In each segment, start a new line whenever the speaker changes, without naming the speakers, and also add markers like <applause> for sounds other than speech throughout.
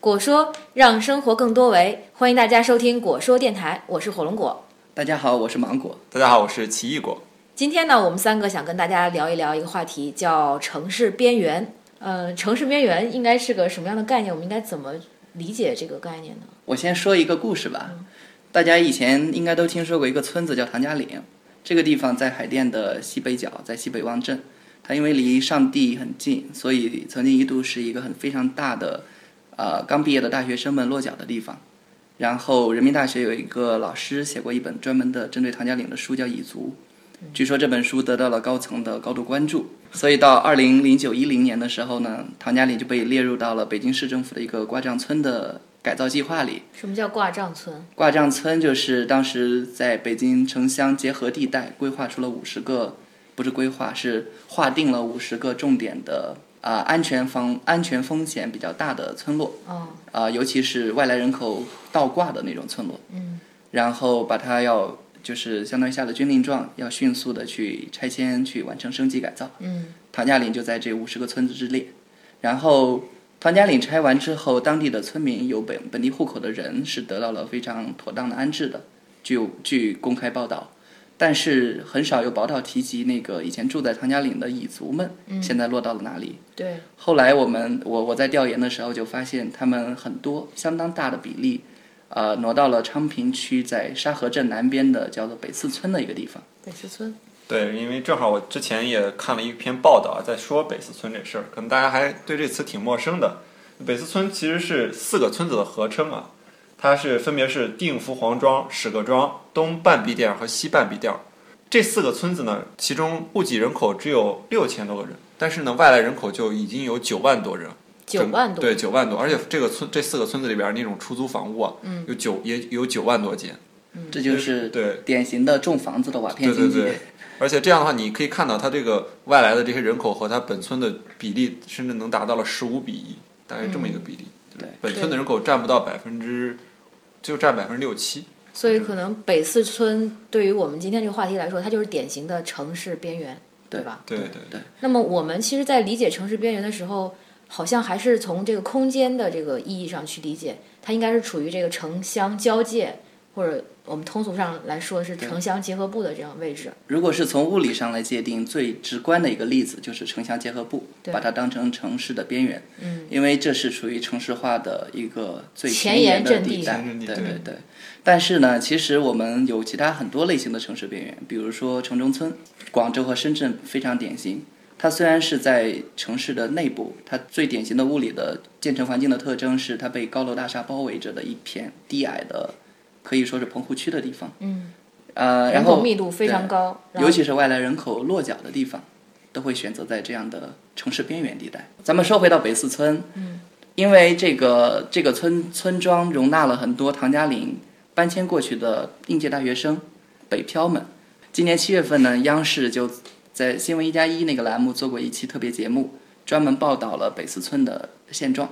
果说让生活更多维，欢迎大家收听果说电台，我是火龙果。
大家好，我是芒果。
大家好，我是奇异果。
今天呢，我们三个想跟大家聊一聊一个话题，叫城市边缘。呃，城市边缘应该是个什么样的概念？我们应该怎么理解这个概念呢？
我先说一个故事吧。大家以前应该都听说过一个村子叫唐家岭，这个地方在海淀的西北角，在西北汪镇。它因为离上地很近，所以曾经一度是一个很非常大的，呃，刚毕业的大学生们落脚的地方。然后，人民大学有一个老师写过一本专门的针对唐家岭的书，叫《蚁族》。据说这本书得到了高层的高度关注，所以到二零零九一零年的时候呢，唐家岭就被列入到了北京市政府的一个挂账村的改造计划里。
什么叫挂账村？
挂账村就是当时在北京城乡结合地带规划出了五十个，不是规划，是划定了五十个重点的啊、呃安全防安全风险比较大的村落，
哦，
啊、尤其是外来人口倒挂的那种村落，
嗯，
然后把它要就是相当于下了军令状，要迅速的去拆迁，去完成升级改造。
嗯，
唐家岭就在这五十个村子之列。然后唐家岭拆完之后，当地的村民有本本地户口的人是得到了非常妥当的安置的，据据公开报道。但是很少有报道提及那个以前住在唐家岭的蚁族们，现在落到了哪里？
对，
后来我们我我在调研的时候就发现，他们很多相当大的比例，呃，挪到了昌平区在沙河镇南边的叫做北四村的一个地方。
北四村。
对，因为正好我之前也看了一篇报道啊，在说北四村这事儿，可能大家还对这词挺陌生的。北四村其实是四个村子的合称啊，它是分别是定福黄庄、史各庄、东半壁店和西半壁店。这四个村子呢，其中户籍人口只有六千多个人，但是呢，外来人口就已经有九万多人。
九万多，
对，九万多，而且这个村这四个村子里边儿那种出租房屋啊，
嗯
有九也有九万多间，
这就是
对
典型的种房子的瓦片
对对
经济。
对，而且这样的话，你可以看到它这个外来的这些人口和它本村的比例，甚至能达到了十五比一，大概这么一个比例。
对，
本村的人口占不到百分之，就占百分之六七。
所以可能北四村对于我们今天这个话题来说，它就是典型的城市边缘，对吧？
对对
对
那么我们其实，在理解城市边缘的时候，好像还是从这个空间的这个意义上去理解，它应该是处于这个城乡交界，或者我们通俗上来说是城乡结合部的这样的位置。
如果是从物理上来界定，最直观的一个例子就是城乡结合部，把它当成城市的边缘，嗯，因为这是属于城市化的一个最
前沿
沿的
阵地
带，
前沿地
对
带
对对。但是呢，其实我们有其他很多类型的城市边缘，比如说城中村，广州和深圳非常典型。它虽然是在城市的内部，它最典型的物理的建成环境的特征是它被高楼大厦包围着的一片低矮的，可以说是棚户区的地方。
嗯，
呃，然
人
后
口密度非常高，然
尤
后
其是外来人口落脚的地方，都会选择在这样的城市边缘地带。咱们说回到北四村，嗯，因为这个这个村村庄容纳了很多唐家岭搬迁过去的应届大学生、北漂们。今年七月份呢，央视就在《新闻一加一》那个栏目做过一期特别节目，专门报道了北四村的现状。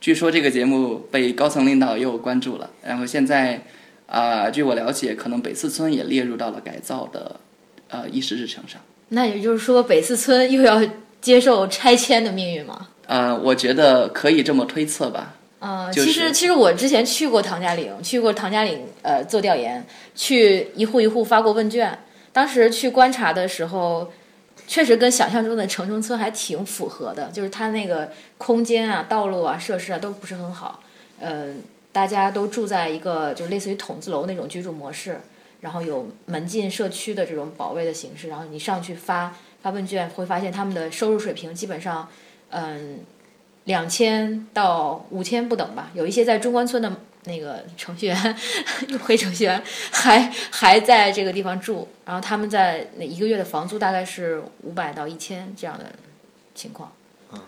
据说这个节目被高层领导又关注了，然后现在，啊、据我了解，可能北四村也列入到了改造的，呃，议事日程上。
那也就是说，北四村又要接受拆迁的命运吗？
呃，我觉得可以这么推测吧。
呃，
就
其
是
实其实我之前去过唐家岭，去过唐家岭呃做调研，去一户一户发过问卷。当时去观察的时候，确实跟想象中的城中村还挺符合的，就是它那个空间啊、道路啊、设施啊都不是很好。呃，大家都住在一个就类似于筒子楼那种居住模式，然后有门禁社区的这种保卫的形式。然后你上去发发问卷，会发现他们的收入水平基本上，嗯。两千到五千不等吧，有一些在中关村的那个程序员， <laughs> 又回程序员，还还在这个地方住，然后他们在那一个月的房租大概是五百到一千这样的情况，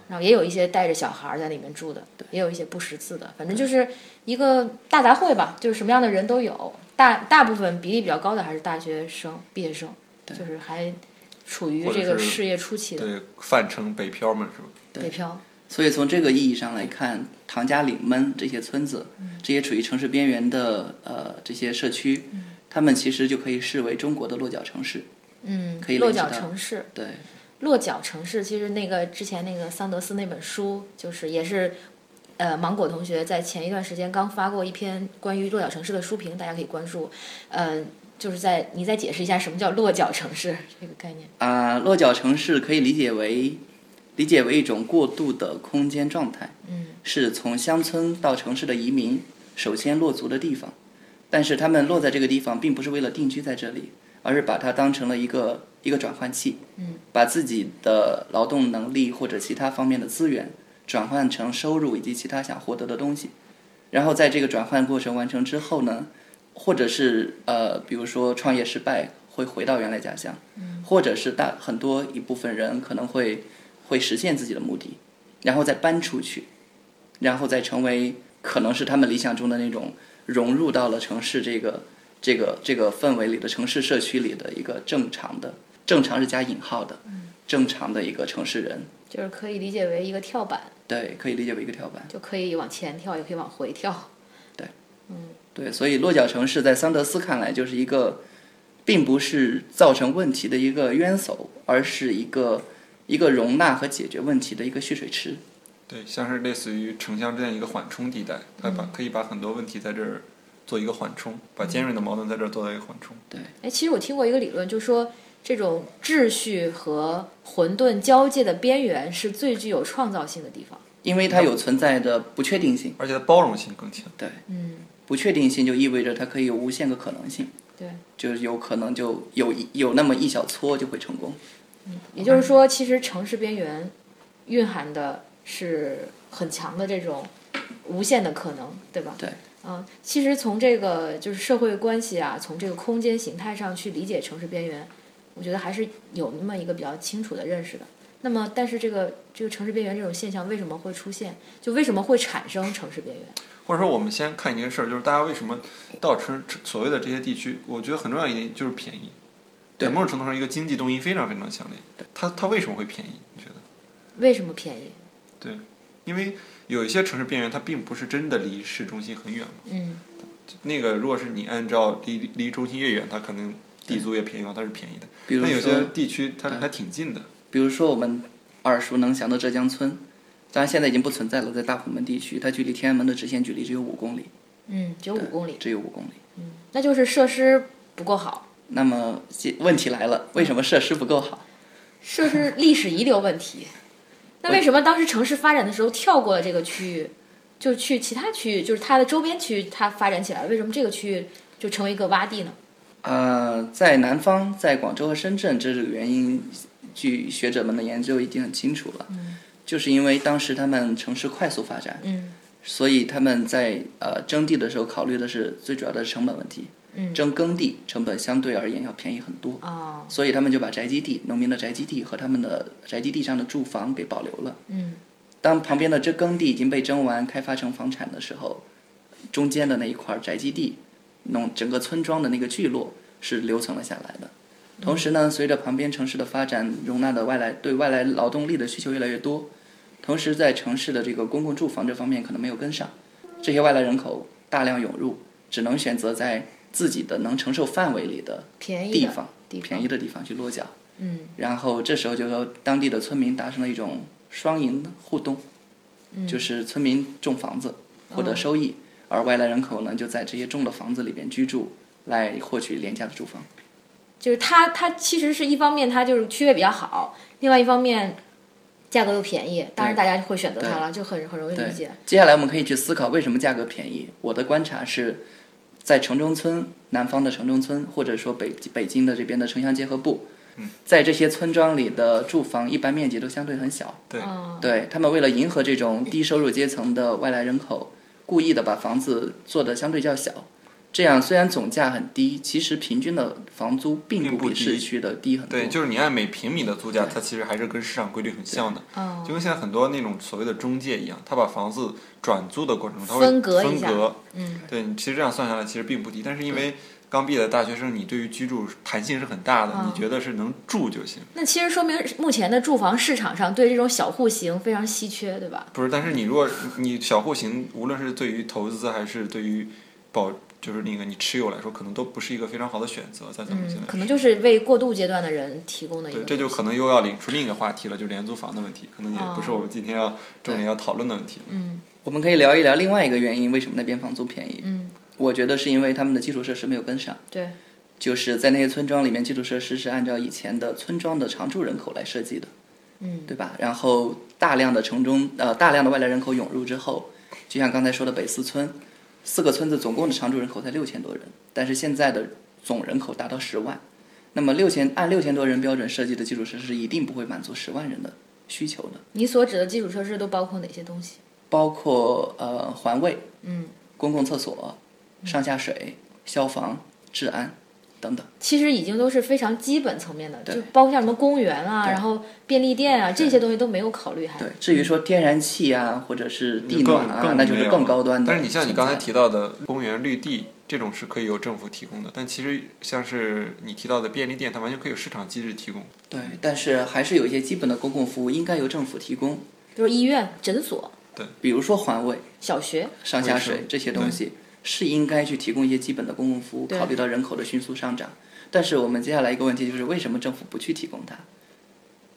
然后也有一些带着小孩儿在里面住的，也有一些不识字的，反正就是一个大杂烩吧，就是什么样的人都有，大大部分比例比较高的还是大学生、毕业生，就是还处于
或者
这个
是
事业初期的
对，泛称北漂们是吧？
北漂，
所以从这个意义上来看，唐家岭们这些村子，这些处于城市边缘的呃这些社区，他们其实就可以视为中国的落脚城市。
嗯
可以，
落
理解
脚
到
城市。
对，
落脚城市，其实那个之前那个桑德斯那本书，就是也是呃，芒果同学在前一段时间刚发过一篇关于落脚城市的书评，大家可以关注。嗯、就是在你再解释一下什么叫落脚城市这个概念。
啊、落脚城市可以理解为理解为一种过渡的空间状态，嗯，是从乡村到城市的移民首先落足的地方，但是他们落在这个地方，并不是为了定居在这里，而是把它当成了一个一个转换器，嗯，把自己的劳动能力或者其他方面的资源转换成收入以及其他想获得的东西，然后在这个转换过程完成之后呢，或者是呃，比如说创业失败会回到原来家乡。或者是大很多一部分人可能会会实现自己的目的，然后再搬出去，然后再成为可能是他们理想中的那种融入到了城市这个这个这个氛围里的城市社区里的一个正常的正常是加引号的正常的一个城市人，
就是可以理解为一个跳板，
对，可以理解为一个跳板。
就可以往前跳，也可以往回跳。
对，所以落脚城市在桑德斯看来就是一个，并不是造成问题的一个冤首，而是一个一个容纳和解决问题的一个蓄水池。
对，像是类似于城乡之间一个缓冲地带，它把可以把很多问题在这儿做一个缓冲，把尖锐的矛盾在这儿做到一个缓冲。
哎，其实我听过一个理论，就说这种秩序和混沌交界的边缘是最具有创造性的地方。
因为它有存在的不确定性，
而且它包容性更强。
不确定性就意味着它可以有无限个可能性，
对，
就是有可能就有一有那么一小撮就会成功。
也就是说，其实城市边缘蕴含的是很强的这种无限的可能，对吧？
对。
嗯，其实从这个就是社会关系啊，从这个空间形态上去理解城市边缘，我觉得还是有那么一个比较清楚的认识的。那么，但是这个这个城市边缘这种现象为什么会出现？就为什么会产生城市边缘？
或者说，我们先看一件事儿，就是大家为什么到城所谓的这些地区，我觉得很重要一点就是便宜。
对
在某种程度上，一个经济动因非常非常强烈。它它为什么会便宜？你觉得？
为什么便宜？
因为有一些城市边缘，它并不是真的离市中心很远嘛。
嗯，
那个如果是你按照离离中心越远，它可能地租越便宜，它是便宜的。
比如
但有些
说，
地区它还挺近的。
比如说我们耳熟能详的浙江村，当然现在已经不存在了，在大虎门地区，它距离天安门的直线距离只有五公里，
嗯，只有五公里，
只有五公里。
那就是设施不够好，
那么这问题来了，为什么设施不够好？
设施历史遗留问
<laughs>
题。那为什么当时城市发展的时候跳过了这个区域，就去其他区域，就是它的周边区域它发展起来了？为什么这个区域就成为一个洼地呢？
呃，在南方，在广州和深圳，这个原因，据学者们的研究已经很清楚了。就是因为当时他们城市快速发展，
嗯
所以他们在呃征地的时候考虑的是最主要的是成本问题。
嗯
征耕地成本相对而言要便宜很
嗯
多，
啊、
所以他们就把宅基地、农民的宅基地和他们的宅基地上的住房给保留了。
嗯
当旁边的这耕地已经被征完，开发成房产的时候，中间的那一块宅基地，弄整个村庄的那个聚落是留存了下来的。同时呢，随着旁边城市的发展，容纳的外来对外来劳动力的需求越来越多，同时在城市的这个公共住房这方面可能没有跟上，这些外来人口大量涌入，只能选择在自己的能承受范围里的
便宜
地
的
方、
地
便宜的地方去落脚。
嗯
然后这时候就和当地的村民达成了一种双赢的互动，
嗯
就是村民种房子获
哦
得收益，而外来人口呢就在这些种的房子里边居住，来获取廉价的住房。
就是它它其实是一方面它就是区位比较好，另外一方面价格又便宜，当然大家会选择它了，就很很容易理解。
哎接下来我们可以去思考为什么价格便宜。我的观察是，在城中村、南方的城中村，或者说北北京的这边的城乡结合部，
嗯
在这些村庄里的住房一般面积都相对很小。
对
嗯
对他们为了迎合这种低收入阶层的外来人口，故意的把房子做的相对较小，这样虽然总价很低，其实平均的房租并
并
不
不
比
低
市区的低很多。
对，就是你按每平米的租价，它其实还是跟市场规律很像的。
嗯
就跟现在很多那种所谓的中介一样，他把房子转租的过程中，他会
分隔一
分
下
隔。
嗯
对，你其实这样算下来其实并不低，但是因为刚毕业的大学生，你对于居住弹性是很大的，
嗯
你觉得是能住就行。
那其实说明目前的住房市场上对这种小户型非常稀缺，对吧？
不是，但是你如果你小户型，无论是对于投资还是对于保，就是那个你持有来说，可能都不是一个非常好的选择，在咱们现
嗯，
在。
可能就是为过渡阶段的人提供的一个
对，这就可能
哦
又要领出另一个话题了，就是廉租房的问题，可能也不是我们今天要重点要讨论的问题。
嗯
我们可以聊一聊另外一个原因，为什么那边房租便宜？
嗯，
我觉得是因为他们的基础设施没有跟上，
对，
就是在那些村庄里面，基础设施是按照以前的村庄的常住人口来设计的，
嗯，
对吧？然后大量的城中呃大量的外来人口涌入之后，就像刚才说的北四村，四个村子总共的常住人口才六千多人，但是现在的总人口达到十万，那么六千按六千多人标准设计的基础设施一定不会满足十万人的需求的。
你所指的基础设施都包括哪些东西？
包括呃环卫、
嗯，
公共厕所、上下水、消防、治安等等。
其实已经都是非常基本层面的，
对
就包括像什么公园啊，
对
然后便利店啊这些东西都没有考虑还。
对，至于说天然气啊，或者是地
就更
暖啊，
更
那就
没
是
有
更
了
高端的存在。
但是你像你刚才提到的公园绿地这种是可以由政府提供的，但其实像是你提到的便利店，它完全可以有市场机制提供。
对，但是还是有一些基本的公共服务应该由政府提供，
比如医院、诊所、
比如说环卫、
小学，
上下
卫
水
生
这些东西，是应该去提供一些基本的公共服务，
对
考虑到人口的迅速上涨。但是我们接下来一个问题就是，为什么政府不去提供它？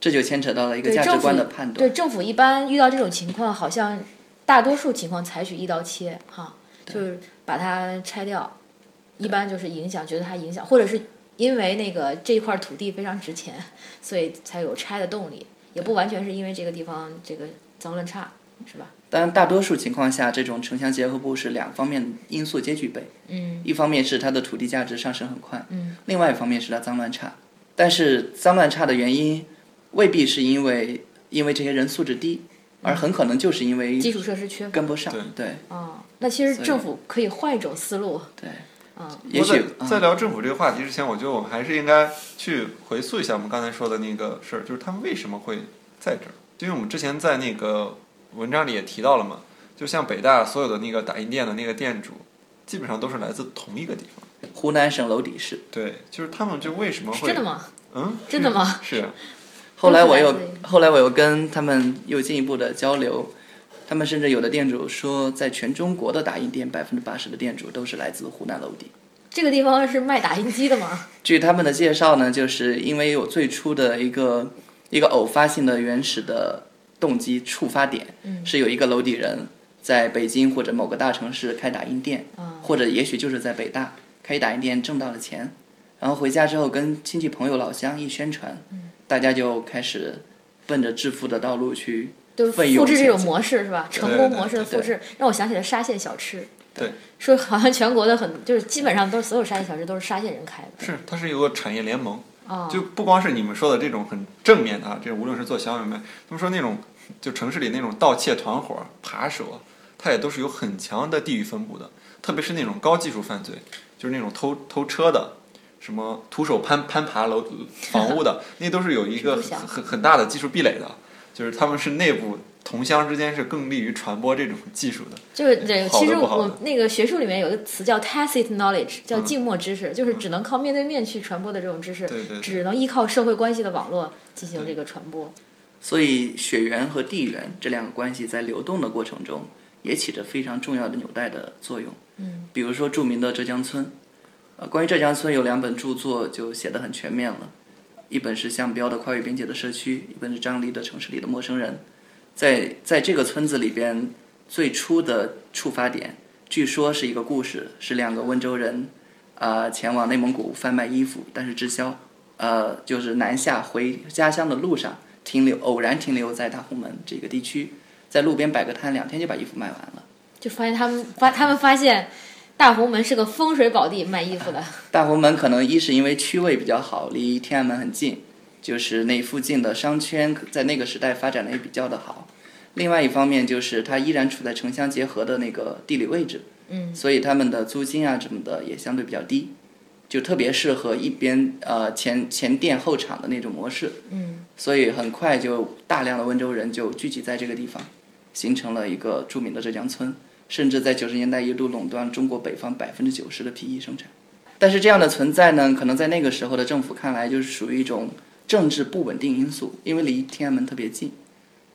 这就牵扯到了一个
对
价值
政府
观的判断。
对政府一般遇到这种情况，好像大多数情况采取一刀切哈，就是把它拆掉，一般就是影响，觉得它影响，或者是因为那个这块土地非常值钱，所以才有拆的动力，也不完全是因为这个地方这个脏乱差，是吧？
当然，大多数情况下，这种城乡结合部是两方面因素皆具备。
嗯，
一方面是它的土地价值上升很快，
嗯，
另外一方面是它脏乱差。但是脏乱差的原因未必是因为因为这些人素质低，而很可能就是因为
基础设施缺乏
跟不上。对
啊、那其实
所以
政府可以换一种思路，
对，
嗯，
也许啊
不过在在聊政府这个话题之前，我觉得我们还是应该去回溯一下我们刚才说的那个事儿，就是他们为什么会在这儿？因为我们之前在那个文章里也提到了嘛，就像北大所有的那个打印店的那个店主，基本上都是来自同一个地方。
嗯湖南省娄底市。
对，就是他们就为什么
是
会
真的吗？
嗯
真的吗？
是啊
后来我
都
又
是来自于
后来我又跟他们又进一步的交流，他们甚至有的店主说，在全中国的打印店百分之八十的店主都是来自湖南娄底。
这个地方是卖打印机的吗？
据他们的介绍呢，就是因为有最初的一个一个偶发性的原始的动机触发点，
嗯
是有一个娄底人在北京或者某个大城市开打印店，
嗯
或者也许就是在北大开打印店挣到了钱，然后回家之后跟亲戚朋友老乡一宣传，
嗯
大家就开始奔着致富的道路去
就是
奋勇
复制这
前
种
进。
模式是吧？成
对
功
对
模式的
对
复制，让我想起了沙县小吃。
对，
说好像全国的很，就是基本上都是所有沙县小吃都是沙县人开的。
是，它是有个产业联盟。
啊、
就不光是你们说的这种很正面的啊，这无论是做小买卖，他们说那种就城市里那种盗窃团伙、扒手，它也都是有很强的地域分布的，特别是那种高技术犯罪，就是那种偷偷车的。什么徒手攀攀爬楼房屋的，那都是有一个
不
很
想
很很大的技术壁垒的，就是他们是内部同乡之间是更利于传播这种技术的。
就是这，
好
其
的
实
不好的
我那个学术里面有个词叫 tacit knowledge，叫
嗯
静默知识，就是只能靠面对面去传播的这种知识，
对对对
只能依靠社会关系的网络进行这个传播。
所以血缘和地缘这两个关系在流动的过程中，也起着非常重要的纽带的作用。
嗯，
比如说著名的浙江村，呃，关于浙江村有两本著作就写得很全面了，一本是项彪的《跨越边界的社区》，一本是张黎的《城市里的陌生人》。在在这个村子里边，最初的触发点，据说是一个故事，是两个温州人，呃，前往内蒙古贩卖衣服，但是滞销，呃，就是南下回家乡的路上停留，偶然停留在大红门这个地区，在路边摆个摊，两天就把衣服卖完了。
就发现他们发他们发现大红门是个风水宝地，卖衣服的。
大红门可能一是因为区位比较好，离天安门很近，就是那附近的商圈在那个时代发展的也比较的好。另外一方面就是它依然处在城乡结合的那个地理位置，嗯，所以他们的租金啊什么的也相对比较低，就特别适合一边呃前前店后厂的那种模式，嗯，所以很快就大量的温州人就聚集在这个地方，形成了一个著名的浙江村，甚至在九十年代一度垄断中国北方百分之九十的皮衣生产。但是这样的存在呢，可能在那个时候的政府看来，就是属于一种政治不稳定因素，因为离天安门特别近，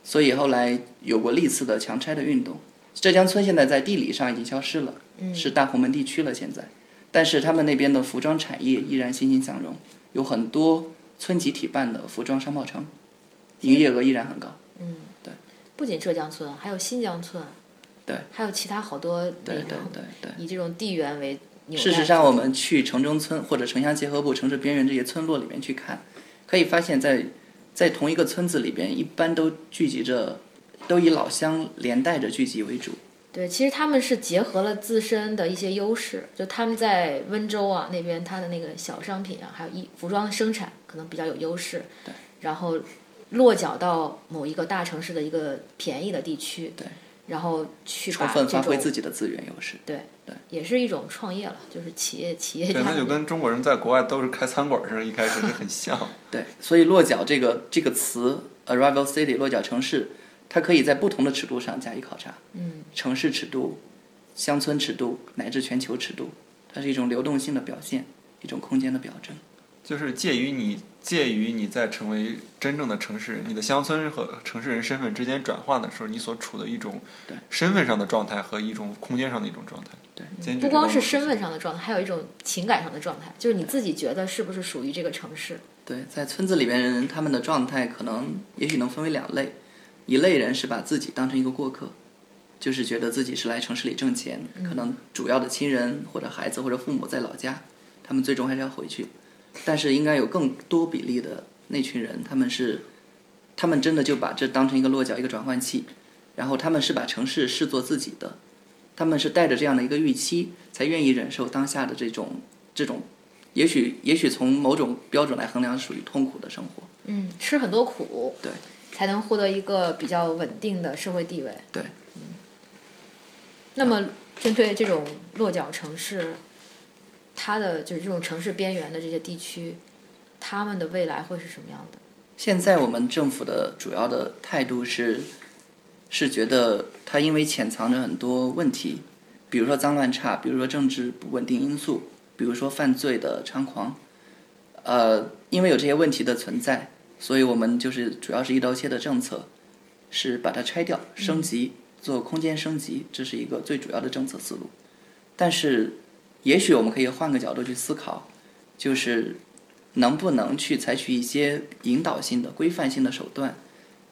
所以后来有过历次的强拆的运动。浙江村现在在地理上已经消失了，是大红门地区了现在，但是他们那边的服装产业依然欣欣向荣，有很多村集体办的服装商贸城，营业额依然很高。
不仅浙江村，还有新疆村，
对，
还有其他好多那
对
种
对对对。
以这种地缘为纽带。
事实上，我们去城中村或者城乡结合部、城市边缘这些村落里面去看，可以发现在，在同一个村子里边，一般都聚集着，都以老乡连带着聚集为主。
对，其实他们是结合了自身的一些优势，就他们在温州啊那边，它的那个小商品啊，还有衣服装生产可能比较有优势，
对，
然后落脚到某一个大城市的一个便宜的地区，
对，
然后去
充
把
分
这
发挥
种
自己的资源优势。
也是一种创业了，就是企业企业
对，
家
那就跟中国人在国外都是开餐馆儿似的，一开始是很像。
对，所以落脚这个这个词 （arrival city） 落脚城市，它可以在不同的尺度上加以考察。嗯，城市尺度、乡村尺度乃至全球尺度，它是一种流动性的表现，一种空间的表征。
就是介于你介于你在成为真正的城市人，你的乡村和城市人身份之间转换的时候，你所处的一种
对
身份上的状态和一种空间上的一种状态。
对
兼具
不
这
光
嗯
两
是
种
身份上的状态，还有一种情感上的状态，就是你自己觉得是不是属于这个城市？
对，在村子里边人，他们的状态可能也许能分为两类，一类人是把自己当成一个过客，就是觉得自己是来城市里挣钱，可能主要的亲人或者孩子或者父母在老家，他们最终还是要回去，但是应该有更多比例的那群人，他们是，他们真的就把这当成一个落脚一个转换器，然后他们是把城市视作自己的，他们是带着这样的一个预期，才愿意忍受当下的这种这种也许也许从某种标准来衡量，属于痛苦的生活。
嗯，吃很多苦，
对，
才能获得一个比较稳定的社会地位。
对
嗯，那么针对这种落脚城市，它的就是这种城市边缘的这些地区，他们的未来会是什么样的？
现在我们政府的主要的态度是，是觉得它因为潜藏着很多问题，比如说脏乱差，比如说政治不稳定因素，比如说犯罪的猖狂，呃，因为有这些问题的存在，所以我们就是主要是一刀切的政策，是把它拆掉、升级，做空间升级，这是一个最主要的政策思路。但是，也许我们可以换个角度去思考，就是能不能去采取一些引导性的、规范性的手段，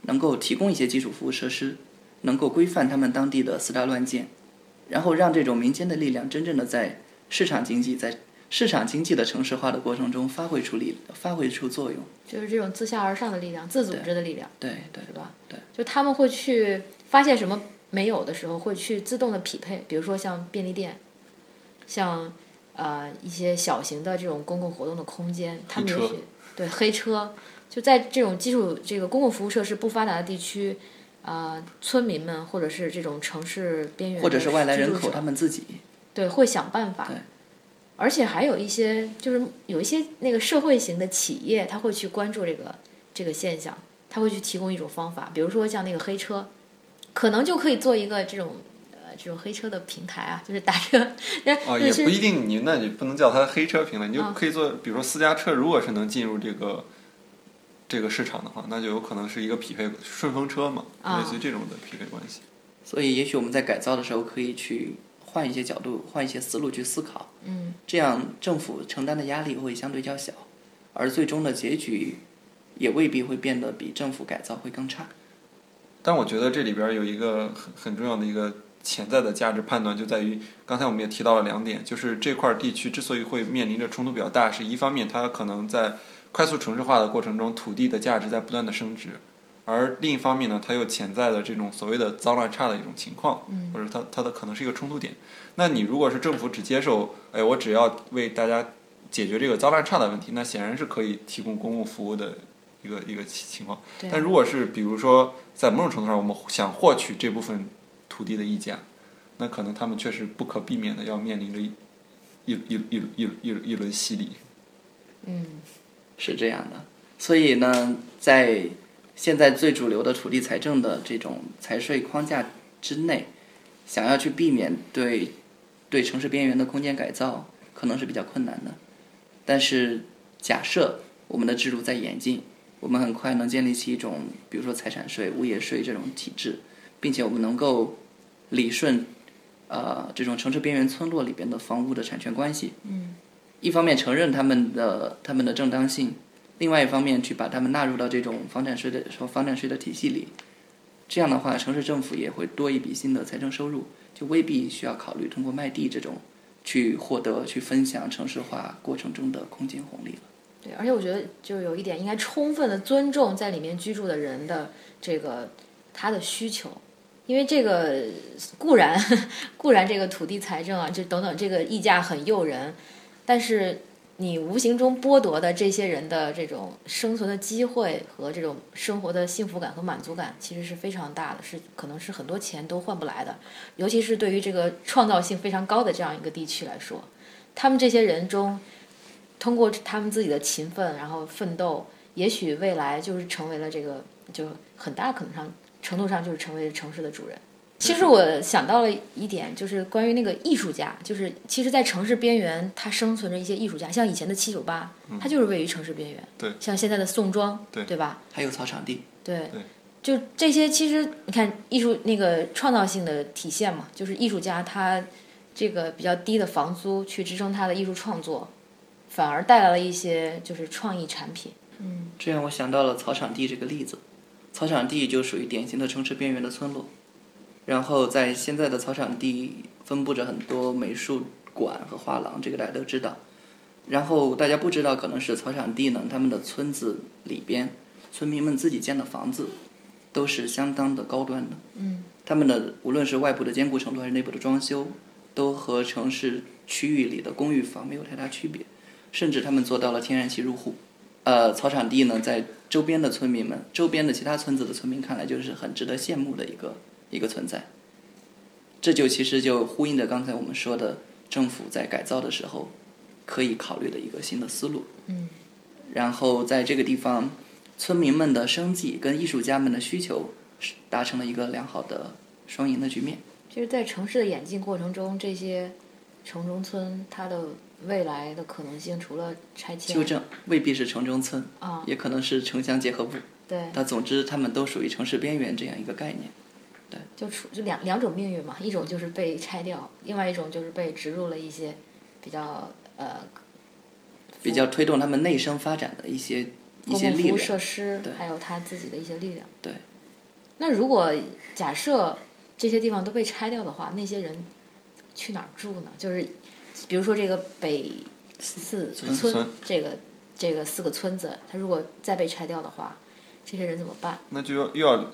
能够提供一些基础服务设施，能够规范他们当地的四大乱建，然后让这种民间的力量真正的在市场经济在市场经济的城市化的过程中发挥出力，发挥出作用。
就是这种自下而上的力量、自组织的力量，
对对
是吧？
对，
就他们会去发现什么没有的时候，会去自动的匹配，比如说像便利店，像呃一些小型的这种公共活动的空间，他们也
黑
许对黑车，就在这种基础这个公共服务设施不发达的地区，啊、村民们或者是这种城市边缘
或者是外来
的
人
居
口
住者
他们自己。
对，会想办法
对。
而且还有一些，就是有一些那个社会型的企业，他会去关注这个这个现象，他会去提供一种方法，比如说像那个黑车，可能就可以做一个这种呃这种黑车的平台啊，就是打车， <laughs> 就
啊，也不
是
一定，你那你不能叫它黑车平台，你就
嗯
可以做，比如说私家车，如果是能进入这个这个市场的话，那就有可能是一个匹配顺风车嘛，
啊
类似于这种的匹配关系。
所以，也许我们在改造的时候可以去换一些角度、换一些思路去思考。嗯，这样政府承担的压力会相对较小，而最终的结局也未必会变得比政府改造会更差。
但我觉得这里边有一个很很重要的一个潜在的价值判断，就在于刚才我们也提到了两点，就是这块地区之所以会面临着冲突比较大，是一方面它可能在快速城市化的过程中，土地的价值在不断的升值，而另一方面呢，它又潜在的这种所谓的脏乱差的一种情况，或者它它的可能是一个冲突点。那你如果是政府只接受，哎，我只要为大家解决这个脏乱差的问题，那显然是可以提供公共服务的一个一个情情况。
对
但如果是比如说在某种程度上，我们想获取这部分土地的意见，那可能他们确实不可避免的要面临着一一一一一一一轮洗礼。
嗯，
是这样的。所以呢，在现在最主流的土地财政的这种财税框架之内，想要去避免对对城市边缘的空间改造，可能是比较困难的。但是，假设我们的制度在演进，我们很快能建立起一种，比如说财产税、物业税这种体制，并且我们能够理顺，呃，这种城市边缘村落里边的房屋的产权关系。一方面承认他们的他们的正当性，另外一方面去把他们纳入到这种房产税的房产税的体系里，这样的话，城市政府也会多一笔新的财政收入，就未必需要考虑通过卖地这种去获得、去分享城市化过程中的空间红利了。
对，而且我觉得就有一点，应该充分的尊重在里面居住的人的这个他的需求，因为这个固然固然这个土地财政啊，这等等这个溢价很诱人，但是你无形中剥夺的这些人的这种生存的机会和这种生活的幸福感和满足感，其实是非常大的，是可能是很多钱都换不来的，尤其是对于这个创造性非常高的这样一个地区来说，他们这些人中。通过他们自己的勤奋，然后奋斗，也许未来就是成为了这个，就很大可能上程度上就是成为城市的主人。其实我想到了一点，就是关于那个艺术家，就是其实，在城市边缘，它生存着一些艺术家，像以前的七九八，它就是位于城市边缘。
嗯对
像现在的宋庄，
对
对吧？
还有草场地，
对
对，
就这些，其实你看艺术那个创造性的体现嘛，就是艺术家他这个比较低的房租去支撑他的艺术创作，反而带来了一些就是创意产品。
这让我想到了草场地这个例子。草场地就属于典型的城市边缘的村落，然后在现在的草场地分布着很多美术馆和画廊，这个大家都知道。然后大家不知道，可能是草场地呢，他们的村子里边，村民们自己建的房子，都是相当的高端的。嗯，他们的无论是外部的坚固程度还是内部的装修，都和城市区域里的公寓房没有太大区别，甚至他们做到了天然气入户。呃，草场地呢，在周边的村民们、周边的其他村子的村民看来，就是很值得羡慕的一个一个存在。这就其实就呼应着刚才我们说的，政府在改造的时候可以考虑的一个新的思路。嗯。然后在这个地方，村民们的生计跟艺术家们的需求是达成了一个良好的双赢的局面。
就是在城市的演进过程中，这些城中村它的未来的可能性，除了拆迁，
纠正未必是城中村，
啊，
也可能是城乡结合部。
对，
但总之，他们都属于城市边缘这样一个概念。
就处就两两种命运嘛，一种就是被拆掉，另外一种就是被植入了一些比较呃
比较推动他们内生发展的一些一
嗯
公
些
共
力
服务
量。
设施
对，
还有他自己的一些力量。
对。
那如果假设这些地方都被拆掉的话，那些人去哪儿住呢？就是比如说这个北四
村
村
村
这个这个四个村子，它如果再被拆掉的话，这些人怎么办？
那就要又要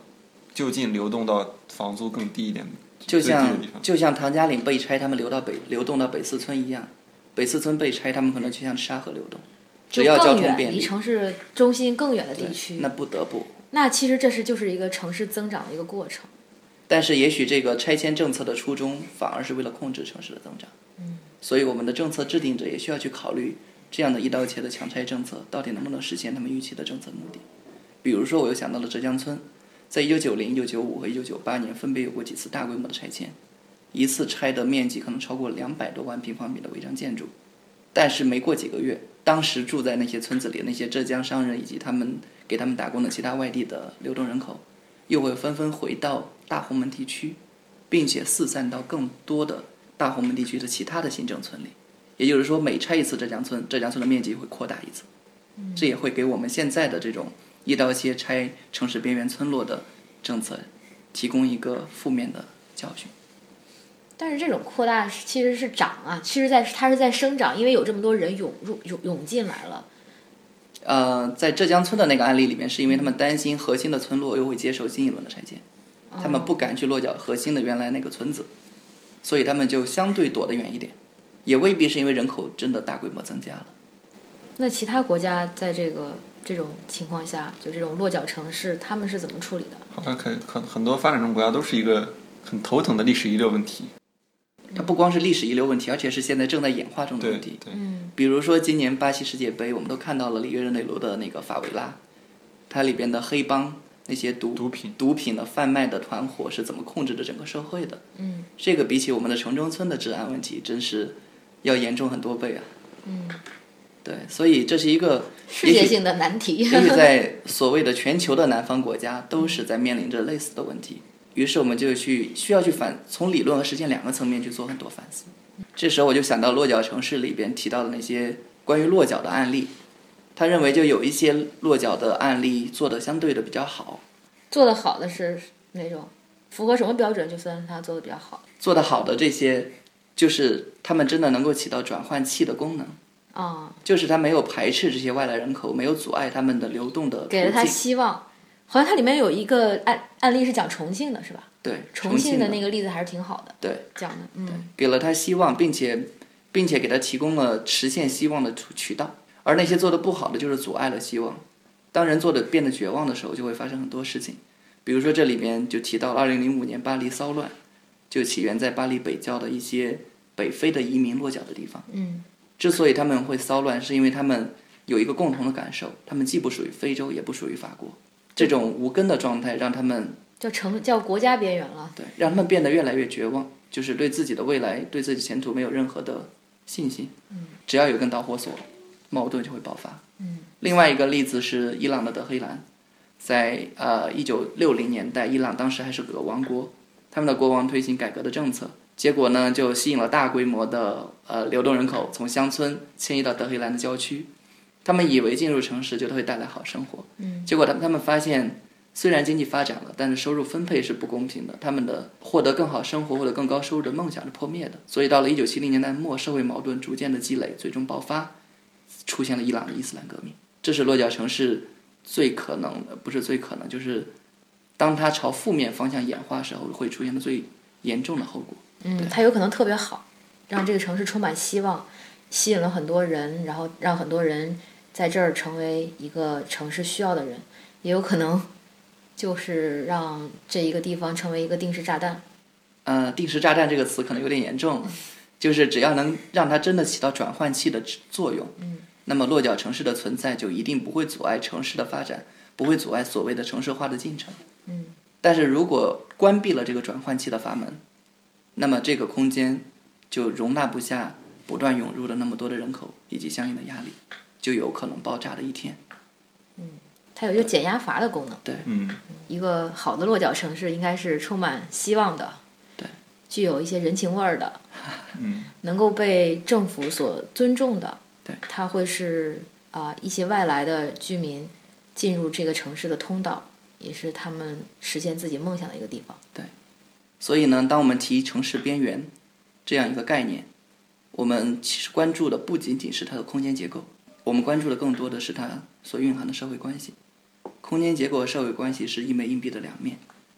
就近流动到房租更低一点的
就
最低的
像
地方。
就像唐家岭被拆，他们流到北流动到北四村一样，北四村被拆，他们可能就像沙河流动，只
就
要交
更
通
远，
便
离
利，
城市中心更远的地区，
那不得不。
那其实这是就是一个城市增长的一个过程。
但是也许这个拆迁政策的初衷反而是为了控制城市的增长。所以我们的政策制定者也需要去考虑这样的一刀切的强拆政策到底能不能实现他们预期的政策目的。比如说，我又想到了浙江村，在一九九零、一九九五和一九九八年分别有过几次大规模的拆迁，一次拆的面积可能超过两百多万平方米的违章建筑，但是没过几个月，当时住在那些村子里的那些浙江商人以及他们给他们打工的其他外地的流动人口，又会纷纷回到大红门地区，并且四散到更多的大红门地区的其他的行政村里。也就是说，每拆一次浙江村，浙江村的面积会扩大一次。这也会给我们现在的这种一刀切拆城市边缘村落的政策提供一个负面的教训。
但是这种扩大是其实是长啊，其实在它是在生长，因为有这么多人涌入涌涌进来了。
呃，在浙江村的那个案例里面，是因为他们担心核心的村落又会接受新一轮的拆迁，他们不敢去落脚核心的原来那个村子，所以他们就相对躲得远一点，也未必是因为人口真的大规模增加了。
那其他国家在这个这种情况下，就这种落脚城市，他们是怎么处理的？
好像很很很多发展中国家都是一个很头疼的历史遗留问题。
它不光是历史遗留问题，而且是现在正在演化中的
对
问题。
对，
比如说今年巴西世界杯，我们都看到了里约热内卢的那个法维拉，它里边的黑帮那些毒
毒品
毒品的贩卖的团伙是怎么控制着整个社会的？嗯，这个比起我们的城中村的治安问题，真是要严重很多倍啊。嗯，对，所以这是一个
世界性的难
<laughs>
题。
也许在所谓的全球的南方国家，都是在面临着类似的问题。于是我们就去需要去反从理论和实践两个层面去做很多反思。这时候我就想到落脚城市里边提到的那些关于落脚的案例，他认为就有一些落脚的案例做的相对的比较好，
做得好的是那种，符合什么标准就算他做的比较好
做得好的这些，就是他们真的能够起到转换器的功能，
啊、
就是它没有排斥这些外来人口，没有阻碍他们的流动的途
给了他
径。
希望。好像它里面有一个案案例是讲重庆的，是吧？
对，
重庆
的
的那个例子还是挺好的，
对，
讲的，嗯，
给了他希望，并且并且给他提供了实现希望的渠渠道。而那些做的不好的，就是阻碍了希望。当人做的变得绝望的时候，就会发生很多事情。比如说这里面就提到了2005年巴黎骚乱，就起源在巴黎北郊的一些北非的移民落脚的地方。
嗯，
之所以他们会骚乱，是因为他们有一个共同的感受：他们既不属于非洲，也不属于法国。这种无根的状态让他们
叫城叫国家边缘了，
对，让他们变得越来越绝望，就是对自己的未来、对自己前途没有任何的信心。嗯，只要有一根导火索，矛盾就会爆发。嗯，另外一个例子是伊朗的德黑兰，在呃一九六零年代，伊朗当时还是个王国，他们的国王推行改革的政策，结果呢就吸引了大规模的呃流动人口从乡村迁移到德黑兰的郊区。他们以为进入城市就会带来好生活，嗯，结果他们他们发现虽然经济发展了，但是收入分配是不公平的，他们的获得更好生活或者更高收入的梦想是破灭的。所以到了一九七零年代末，社会矛盾逐渐的积累，最终爆发，出现了伊朗的伊斯兰革命。这是落脚城市最可能，呃不是最可能，就是当它朝负面方向演化时候会出现的最严重的后果。
嗯，它有可能特别好，让这个城市充满希望，吸引了很多人，然后让很多人在这儿成为一个城市需要的人，也有可能就是让这一个地方成为一个定时炸弹，
呃，定时炸弹这个词可能有点严重，就是只要能让它真的起到转换器的作用，嗯，那么落脚城市的存在就一定不会阻碍城市的发展，不会阻碍所谓的城市化的进程，嗯。但是如果关闭了这个转换器的阀门，那么这个空间就容纳不下不断涌入的那么多的人口以及相应的压力，就有可能爆炸的一天。
它有一个减压阀的功能。
嗯，
一个好的落脚城市应该是充满希望的，
对，
具有一些人情味儿的，
嗯，
能够被政府所尊重的，
对，
它会是啊、一些外来的居民进入这个城市的通道，也是他们实现自己梦想的一个地方。
所以呢，当我们提城市边缘这样一个概念，我们其实关注的不仅仅是它的空间结构，我们关注的更多的是它所蕴含的社会关系。空间结构和社会关系是一枚硬币的两面，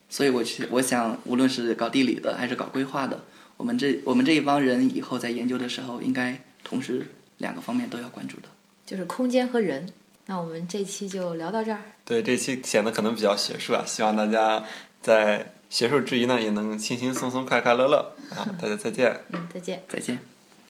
所以我去，我想，无论是搞地理的还是搞规划的，我们这我们这一帮人以后在研究的时候，应该同时两个方面都要关注的。
就是空间和人。那我们这期就聊到这儿，
对，这期显得可能比较学术啊，希望大家在学术之余呢，也能轻轻松松、快快乐乐啊！大家再见。
嗯，再见。
再见。